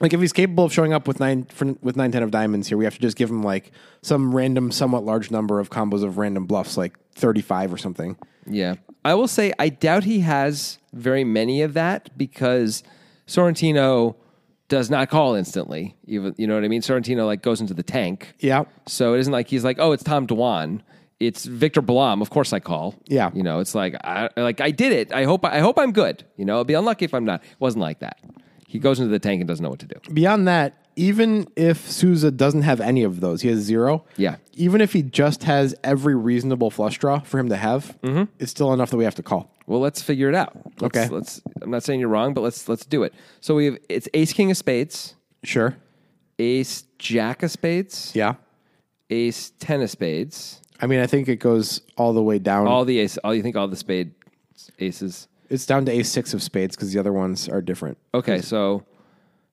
Like if he's capable of showing up with nine for, with nine ten of diamonds here, we have to just give him like some random, somewhat large number of combos of random bluffs, like thirty five or something.
Yeah. I will say I doubt he has very many of that because Sorrentino does not call instantly. Even you know what I mean? Sorrentino like goes into the tank.
Yeah.
So it isn't like he's like, oh, it's Tom Dwan. It's Victor Blom. Of course I call.
Yeah.
You know, it's like I like I did it. I hope I hope I'm good. You know, I'll be unlucky if I'm not. It wasn't like that. He goes into the tank and doesn't know what to do.
beyond that, even if Souza doesn't have any of those, he has zero.
Yeah.
Even if he just has every reasonable flush draw for him to have, it's still enough that we have to call.
Well, let's figure it out. Let's,
Okay.
Let's. I'm not saying you're wrong, but let's let's do it. So we have it's Ace King of Spades,
Sure.
Ace Jack of Spades,
Yeah.
Ace Ten of Spades.
I mean, I think it goes all the way down.
All the ace. All you think all the spade aces.
it's down to ace six of spades because the other ones are different.
Okay, so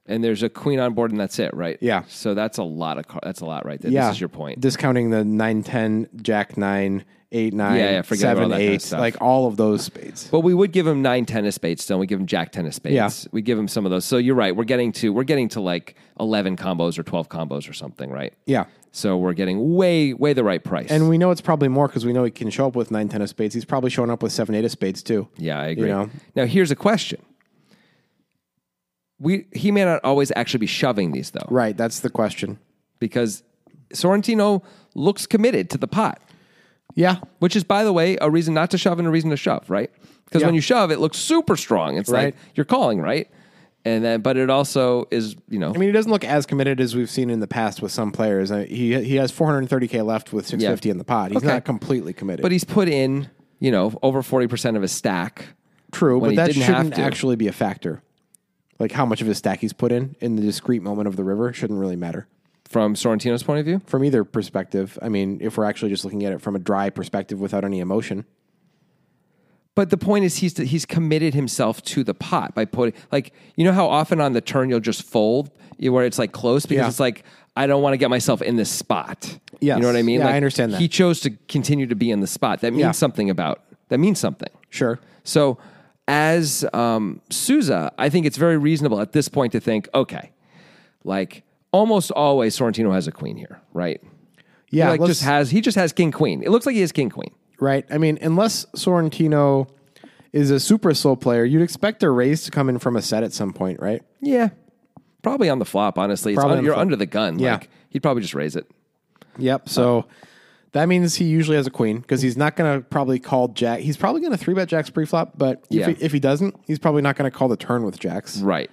and there's a queen on board, and that's it, right?
Yeah.
So that's a lot of car- that's a lot right there.
yeah.
This is your point.
Discounting the 9, 10, jack 9, 8, 9,
Yeah, yeah, forget about
7,
that
8,
kind of stuff.
like all of those spades.
But we would give him nine tennis spades still. and We give him jack tennis spades.
Yeah.
We give him some of those. So you're right. We're getting to we're getting to like eleven combos or twelve combos or something, right?
Yeah.
So we're getting way way the right price.
And we know it's probably more because we know he can show up with 9, 10 of spades. He's probably showing up with 7, 8 of spades too.
Yeah, I agree.
know?
Now here's a question. We he may not always actually be shoving these though,
Right. That's the question.
because Sorrentino looks committed to the pot,
Yeah.
which is, by the way, a reason not to shove and a reason to shove, right? Because
Yeah.
when you shove, it looks super strong. It's
Right.
like you're calling, right? And then, but it also is, you know,
I mean, he doesn't look as committed as we've seen in the past with some players. I he he has 430k left with 650 in the pot. He's
Okay.
not completely committed.
but he's put in, you know, over 40% of his stack.
True,
when
but
he
that
didn't have
shouldn't
to.
actually be a factor. Like how much of his stack he's put in in the discrete moment of the river shouldn't really matter
From Sorrentino's point of view,
from either perspective. I mean, if we're actually just looking at it from a dry perspective without any emotion,
But the point is, he's he's committed himself to the pot by putting like you know how often on the turn you'll just fold you- where it's like close because
Yeah.
it's like I don't want to get myself in this spot.
Yes.
you know what I mean.
Yeah, I
Like,
understand that.
he chose to continue to be in the spot. That means
Yeah.
something about that means something.
sure.
So as um, Souza, I think it's very reasonable at this point to think, okay, like almost always Sorrentino has a queen here, right?
Yeah,
he like
let's-
just has he just has king queen. It looks like he has king queen.
right? I mean, unless Sorrentino is a super slow player, you'd expect a raise to come in from a set at some point, right?
Yeah. Probably on the flop, honestly. It's
Probably
un-
on the
you're
flop.
under the gun.
Yeah.
Like, he'd probably just raise it.
Yep. So that means he usually has a queen because he's not going to probably call jack. He's probably going to three bet jacks preflop, but
Yeah.
if, he, if he doesn't, he's probably not going to call the turn with jacks.
Right.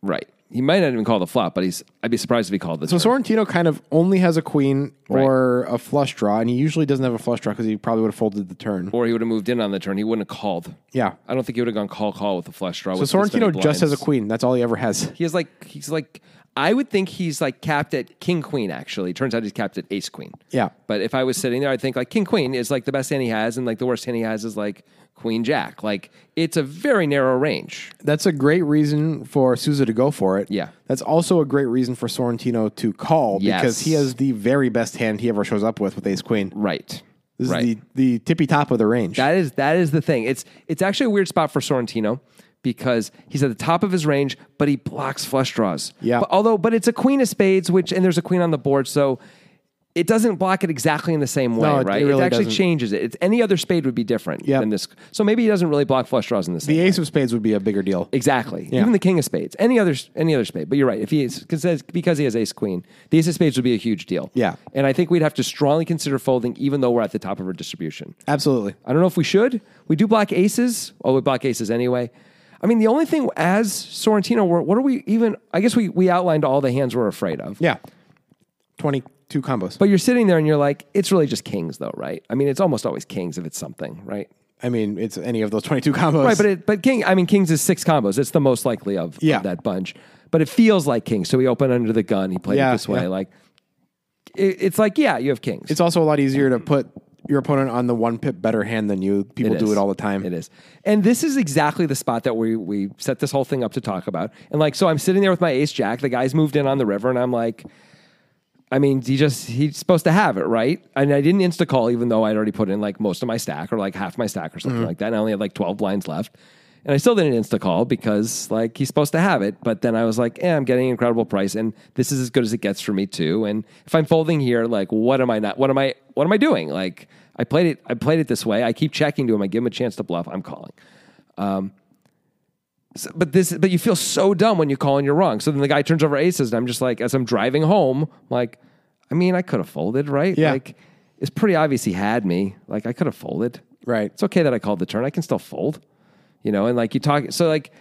Right. He might not even call the flop, but he's I'd be surprised if he called the
So
turn.
Sorrentino kind of only has a queen or a flush draw, and he usually doesn't have a flush draw because he probably would have folded the turn.
or he would have moved in on the turn. He wouldn't have called.
Yeah.
I don't think he would have gone call call with the flush draw.
So Sorrentino just has a queen. That's all he ever has.
He has like he's like I would think he's like capped at king queen actually. Turns out he's capped at ace queen.
Yeah.
But if I was sitting there, I'd think like king queen is like the best hand he has, and like the worst hand he has is like queen jack. Like it's a very narrow range.
That's a great reason for Souza to go for it.
Yeah.
That's also a great reason for Sorrentino to call
Yes.
because he has the very best hand he ever shows up with with ace queen.
Right.
This
right.
is the, the tippy top of the range.
That is that is the thing. It's it's actually a weird spot for Sorrentino because he's at the top of his range, but he blocks flush draws.
Yeah.
But, although, but it's a queen of spades, which and there's a queen on the board, so it doesn't block it exactly in the same way,
No, it-
right?
it really
actually
doesn't.
changes it. It's, any other spade would be different
Yep.
than this. So maybe he doesn't really block flush draws in the same.
the
way.
ace of spades would be a bigger deal.
Exactly. Even the king of spades. Any other any other spade. But you're right. If he is because because he has ace queen, the ace of spades would be a huge deal.
Yeah.
And I think we'd have to strongly consider folding, even though we're at the top of our distribution.
Absolutely.
I don't know if we should. We do block aces. Well, we block aces anyway. I mean, the only thing as Sorrentino, we're, what are we even? I guess we, we outlined all the hands we're afraid of.
Yeah. 22 combos.
But you're sitting there and you're like, it's really just kings, though, right? I mean, it's almost always kings if it's something, right?
I mean, it's any of those 22 combos.
Right, but it, but king. I mean, kings is six combos. It's the most likely of, of
Yeah.
that bunch. But it feels like kings. So he opened under the gun. He played
Yeah,
it this way.
yeah.
Like it, it's like yeah, you have kings.
it's also a lot easier to put your opponent on the one pip better hand than you. People do
is.
it all the time.
It is. And this is exactly the spot that we we set this whole thing up to talk about. And like so I'm sitting there with my ace jack, the guy's moved in on the river and I'm like I mean, he just he's supposed to have it, right? And I didn't insta call even though I'd already put in like most of my stack or like half my stack or something like that. And I only had like 12 blinds left. And I still didn't insta call because like he's supposed to have it, but then I was like, "Eh, I'm getting an incredible price and this is as good as it gets for me too." And if I'm folding here, like what am I not what am I what am I doing? Like I played it. I played it this way. I keep checking to him. I give him a chance to bluff. I'm calling. Um, so- but this, but you feel so dumb when you call and you're wrong. So then the guy turns over aces, and I'm just like, as I'm driving home, I'm like, I mean, I could have folded, right?
Yeah.
Like, it's pretty obvious he had me. Like, I could have folded.
Right.
It's okay that I called the turn. I can still fold. You know, and like you talk, so like.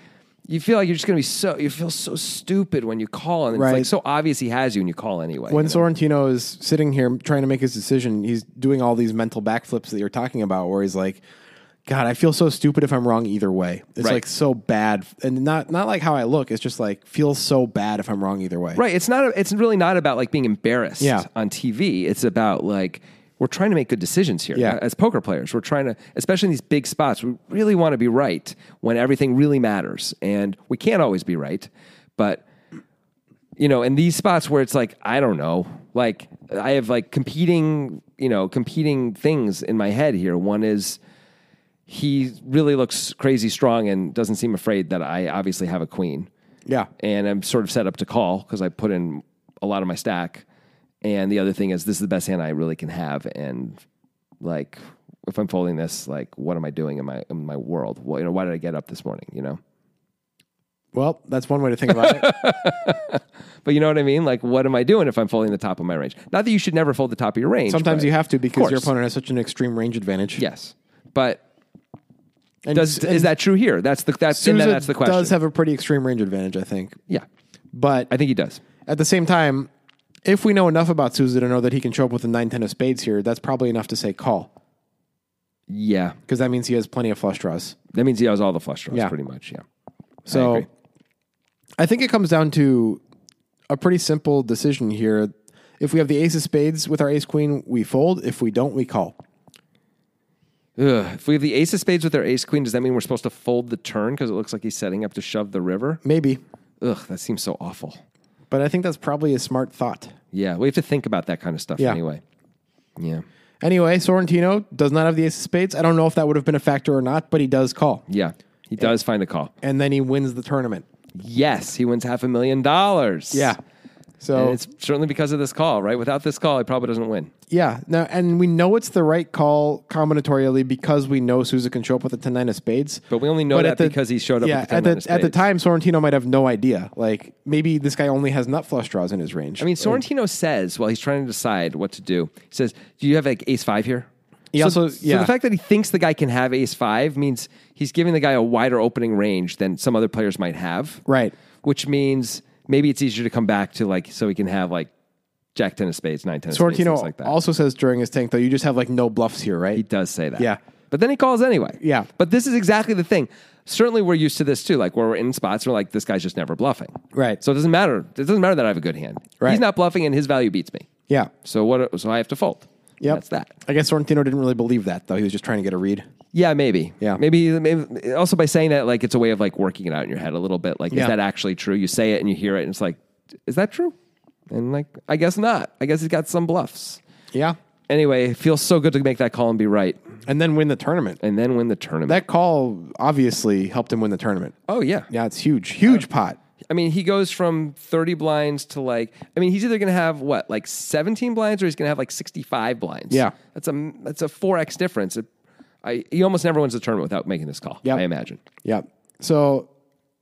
You feel like you're just gonna be so you feel so stupid when you call and it's
Right.
like so obvious he has you and you call anyway.
When
you know?
Sorrentino is sitting here trying to make his decision, he's doing all these mental backflips that you're talking about, where he's like, "God, I feel so stupid if I'm wrong either way." It's
Right.
like so bad, and not not like how I look. It's just like feels so bad if I'm wrong either way.
Right. It's not. It's really not about like being embarrassed
Yeah.
on TV. It's about like we're trying to make good decisions here.
Yeah.
As poker players, we're trying to, especially in these big spots, we really want to be right when everything really matters, and we can't always be right. But you know, in these spots where it's like I don't know, like I have like competing, you know, competing things in my head here. One is he really looks crazy strong and doesn't seem afraid that I obviously have a queen
Yeah.
and I'm sort of set up to call because I put in a lot of my stack. And the other thing is, this is the best hand I really can have. And like, if I'm folding this, like, what am I doing in my in my world? Well, you know, why did I get up this morning? You know,
Well, that's one way to think about it.
But you know what I mean? Like, what am I doing if I'm folding the top of my range? Not that you should never fold the top of your range.
Sometimes
but-
you have to because your
course.
opponent has such an extreme range advantage.
Yes, but
and,
does is that true here? That's the that's and then
Souza
that's the question.
Does have a pretty extreme range advantage, I think.
yeah,
But
I think he does.
at the same time, if we know enough about Souza to know that he can show up with a nine ten of spades here, that's probably enough to say call
Yeah,
because that means he has plenty of flush draws.
that means he has all the flush draws,
Yeah.
pretty much. Yeah,
So I,
agree.
think it comes down to a pretty simple decision here. If we have the ace of spades with our ace queen, we fold. If we don't, we call.
Ugh. If we have the ace of spades with our ace queen, does that mean we're supposed to fold the turn because it looks like he's setting up to shove the river?
Maybe.
Ugh, that seems so awful.
But I think that's probably a smart thought.
Yeah, we have to think about that kind of stuff
Yeah.
anyway. Yeah,
Anyway, Sorrentino does not have the ace of spades. I don't know if that would have been a factor or not, but he does call.
yeah, he does find a call.
And then he wins the tournament.
Yes, he wins half a million dollars.
So
And it's certainly because of this call, right? Without this call, he probably doesn't win.
yeah, now and we know it's the right call combinatorially because we know Souza can show up with a ten nine of spades.
But we only know
But
that
at the-
because he showed up
yeah,
with the 10 nine
at
of
the at the
spades.
time Sorrentino might have no idea. Like maybe this guy only has nut flush draws in his range.
I mean, Sorrentino says while he's trying to decide what to do, he says, "Do you have like ace five here?"
He
so,
also-
so
yeah.
the fact that he thinks the guy can have ace five means he's giving the guy a wider opening range than some other players might have,
Right.
Which means maybe it's easier to come back to like so he can have like jack ten of spades, nine ten of spades,
Sorrentino
things like that.
also says during his tank though, you just have like no bluffs here,
He
right?
does say that.
Yeah.
But then he calls anyway.
Yeah.
But this is exactly the thing. Certainly, we're used to this too. Like where we're in spots, we're like, this guy's just never bluffing.
Right.
So it doesn't matter. It doesn't matter that I have a good hand.
Right.
He's not bluffing, and his value beats me.
Yeah.
So what? So I have to fold.
Yep.
That's that.
I guess Sorrentino didn't really believe that though. He was just trying to get a read.
Yeah, maybe.
Yeah.
maybe. Maybe also by saying that, like it's a way of like working it out in your head a little bit. Like,
Yeah.
is that actually true? You say it and you hear it, and it's like, is that true? And like, I guess not. I guess he's got some bluffs.
Yeah.
Anyway, it feels so good to make that call and be right,
And then win the tournament.
and then win the tournament.
That call obviously helped him win the tournament.
oh yeah.
Yeah, it's huge.
Uh,
Huge pot.
I mean, he goes from thirty blinds to like. I mean, he's either going to have what, like seventeen blinds, or he's going to have like sixty-five blinds.
Yeah.
that's a that's a four x difference. It- I, he almost never wins the tournament without making this call.
Yep.
I imagine.
Yeah. So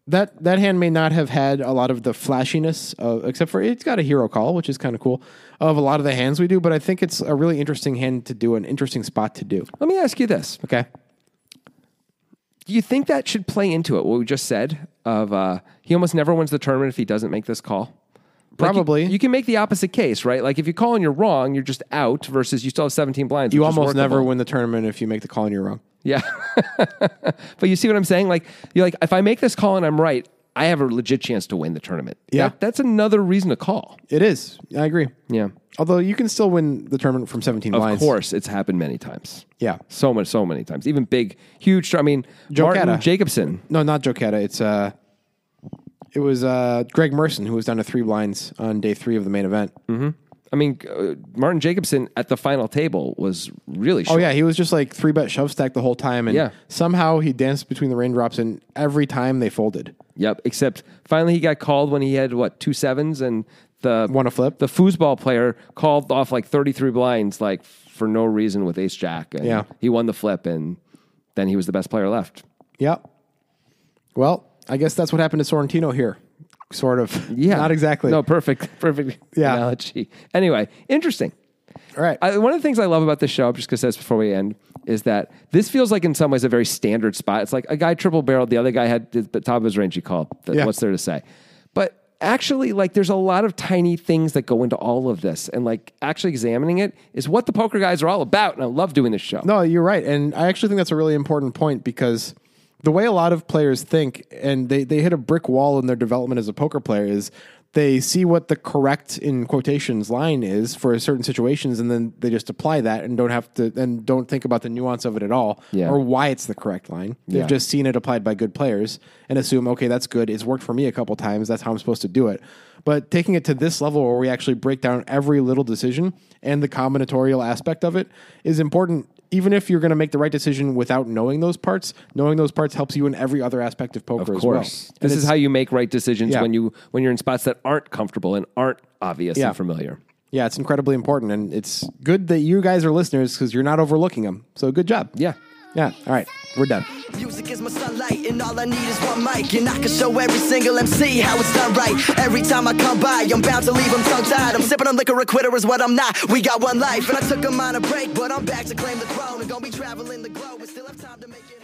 that that hand may not have had a lot of the flashiness, of, except for it's got a hero call, which is kind of cool, of a lot of the hands we do. But I think it's a really interesting hand to do, an interesting spot to do.
Let me ask you this:
Okay.
Do you think that should play into it? What we just said of uh, he almost never wins the tournament if he doesn't make this call. Like, you-
Probably.
you, can make the opposite case, right? Like if you call and you're wrong, you're just out. Versus you still have seventeen blinds.
You
which is
almost never
workable.
win the tournament if you make the call and you're wrong.
Yeah. but you see what I'm saying? Like you're like, if I make this call and I'm right, I have a legit chance to win the tournament.
Yeah.
That- that's another reason to call.
It is. I agree.
Yeah.
Although you can still win the tournament from 17
Of
blinds.
course, it's happened many times.
Yeah.
So much, so many times. Even big, huge. I mean, Martin
Catta.
Jacobson.
No, not Joketa. It's uh, it was uh Greg Merson who was down to three blinds on day three of the main event.
I mean, uh, Martin Jacobson at the final table was really
Oh
short.
yeah, he was just like three bet shove stack the whole time, and
Yeah.
somehow he danced between the raindrops, and every time they folded.
Yep. Except finally he got called when he had what two sevens and the
Want to flip?
the foosball player called off like 33 blinds like for no reason with ace jack and
Yeah.
he won the flip and then he was the best player left
Yep. Well, I guess that's what happened to Sorrentino here, sort of. not exactly.
no perfect perfect
Yeah.
analogy anyway interesting
All right.
I, one of the things I love about this show, just because that's before we end, is that this feels like in some ways a very standard spot. It's like a guy triple barreled, the other guy had the the top of his range. He called. That-
Yeah.
What's there to say? But actually, like there's a lot of tiny things that go into all of this, and like actually examining it is what the poker guys are all about. And I love doing this show.
no, you're right, and I actually think that's a really important point because the way a lot of players think, and they they hit a brick wall in their development as a poker player is. They see what the correct in quotations line is for certain situations, and then they just apply that and don't have to and don't think about the nuance of it at all,
Yeah.
or why it's the correct line. They've
Yeah.
just seen it applied by good players and assume, okay, that's good. It's worked for me a couple times. That's how I'm supposed to do it. But taking it to this level where we actually break down every little decision and the combinatorial aspect of it is important. Even if you're going to make the right decision without knowing those parts, knowing those parts helps you in every other aspect of poker
Of
as well.
course, this is how you make right decisions
Yeah.
when you when you're in spots that aren't comfortable and aren't obvious
Yeah.
and familiar.
Yeah, it's incredibly important. And it's good that you guys are listeners because you're not overlooking them. So good job.
Yeah.
Yeah. All right. We're done.
Music is my sunlight, and all I need is one mic. And I can show every single MC how it's done right. Every time I come by, I'm bound to leave them tongue tied. I'm sipping on liquor, a quitter is what I'm not. We got one life, and I took a minor break, but I'm back to claim the throne. And gonna be traveling the globe, and still have time to make it.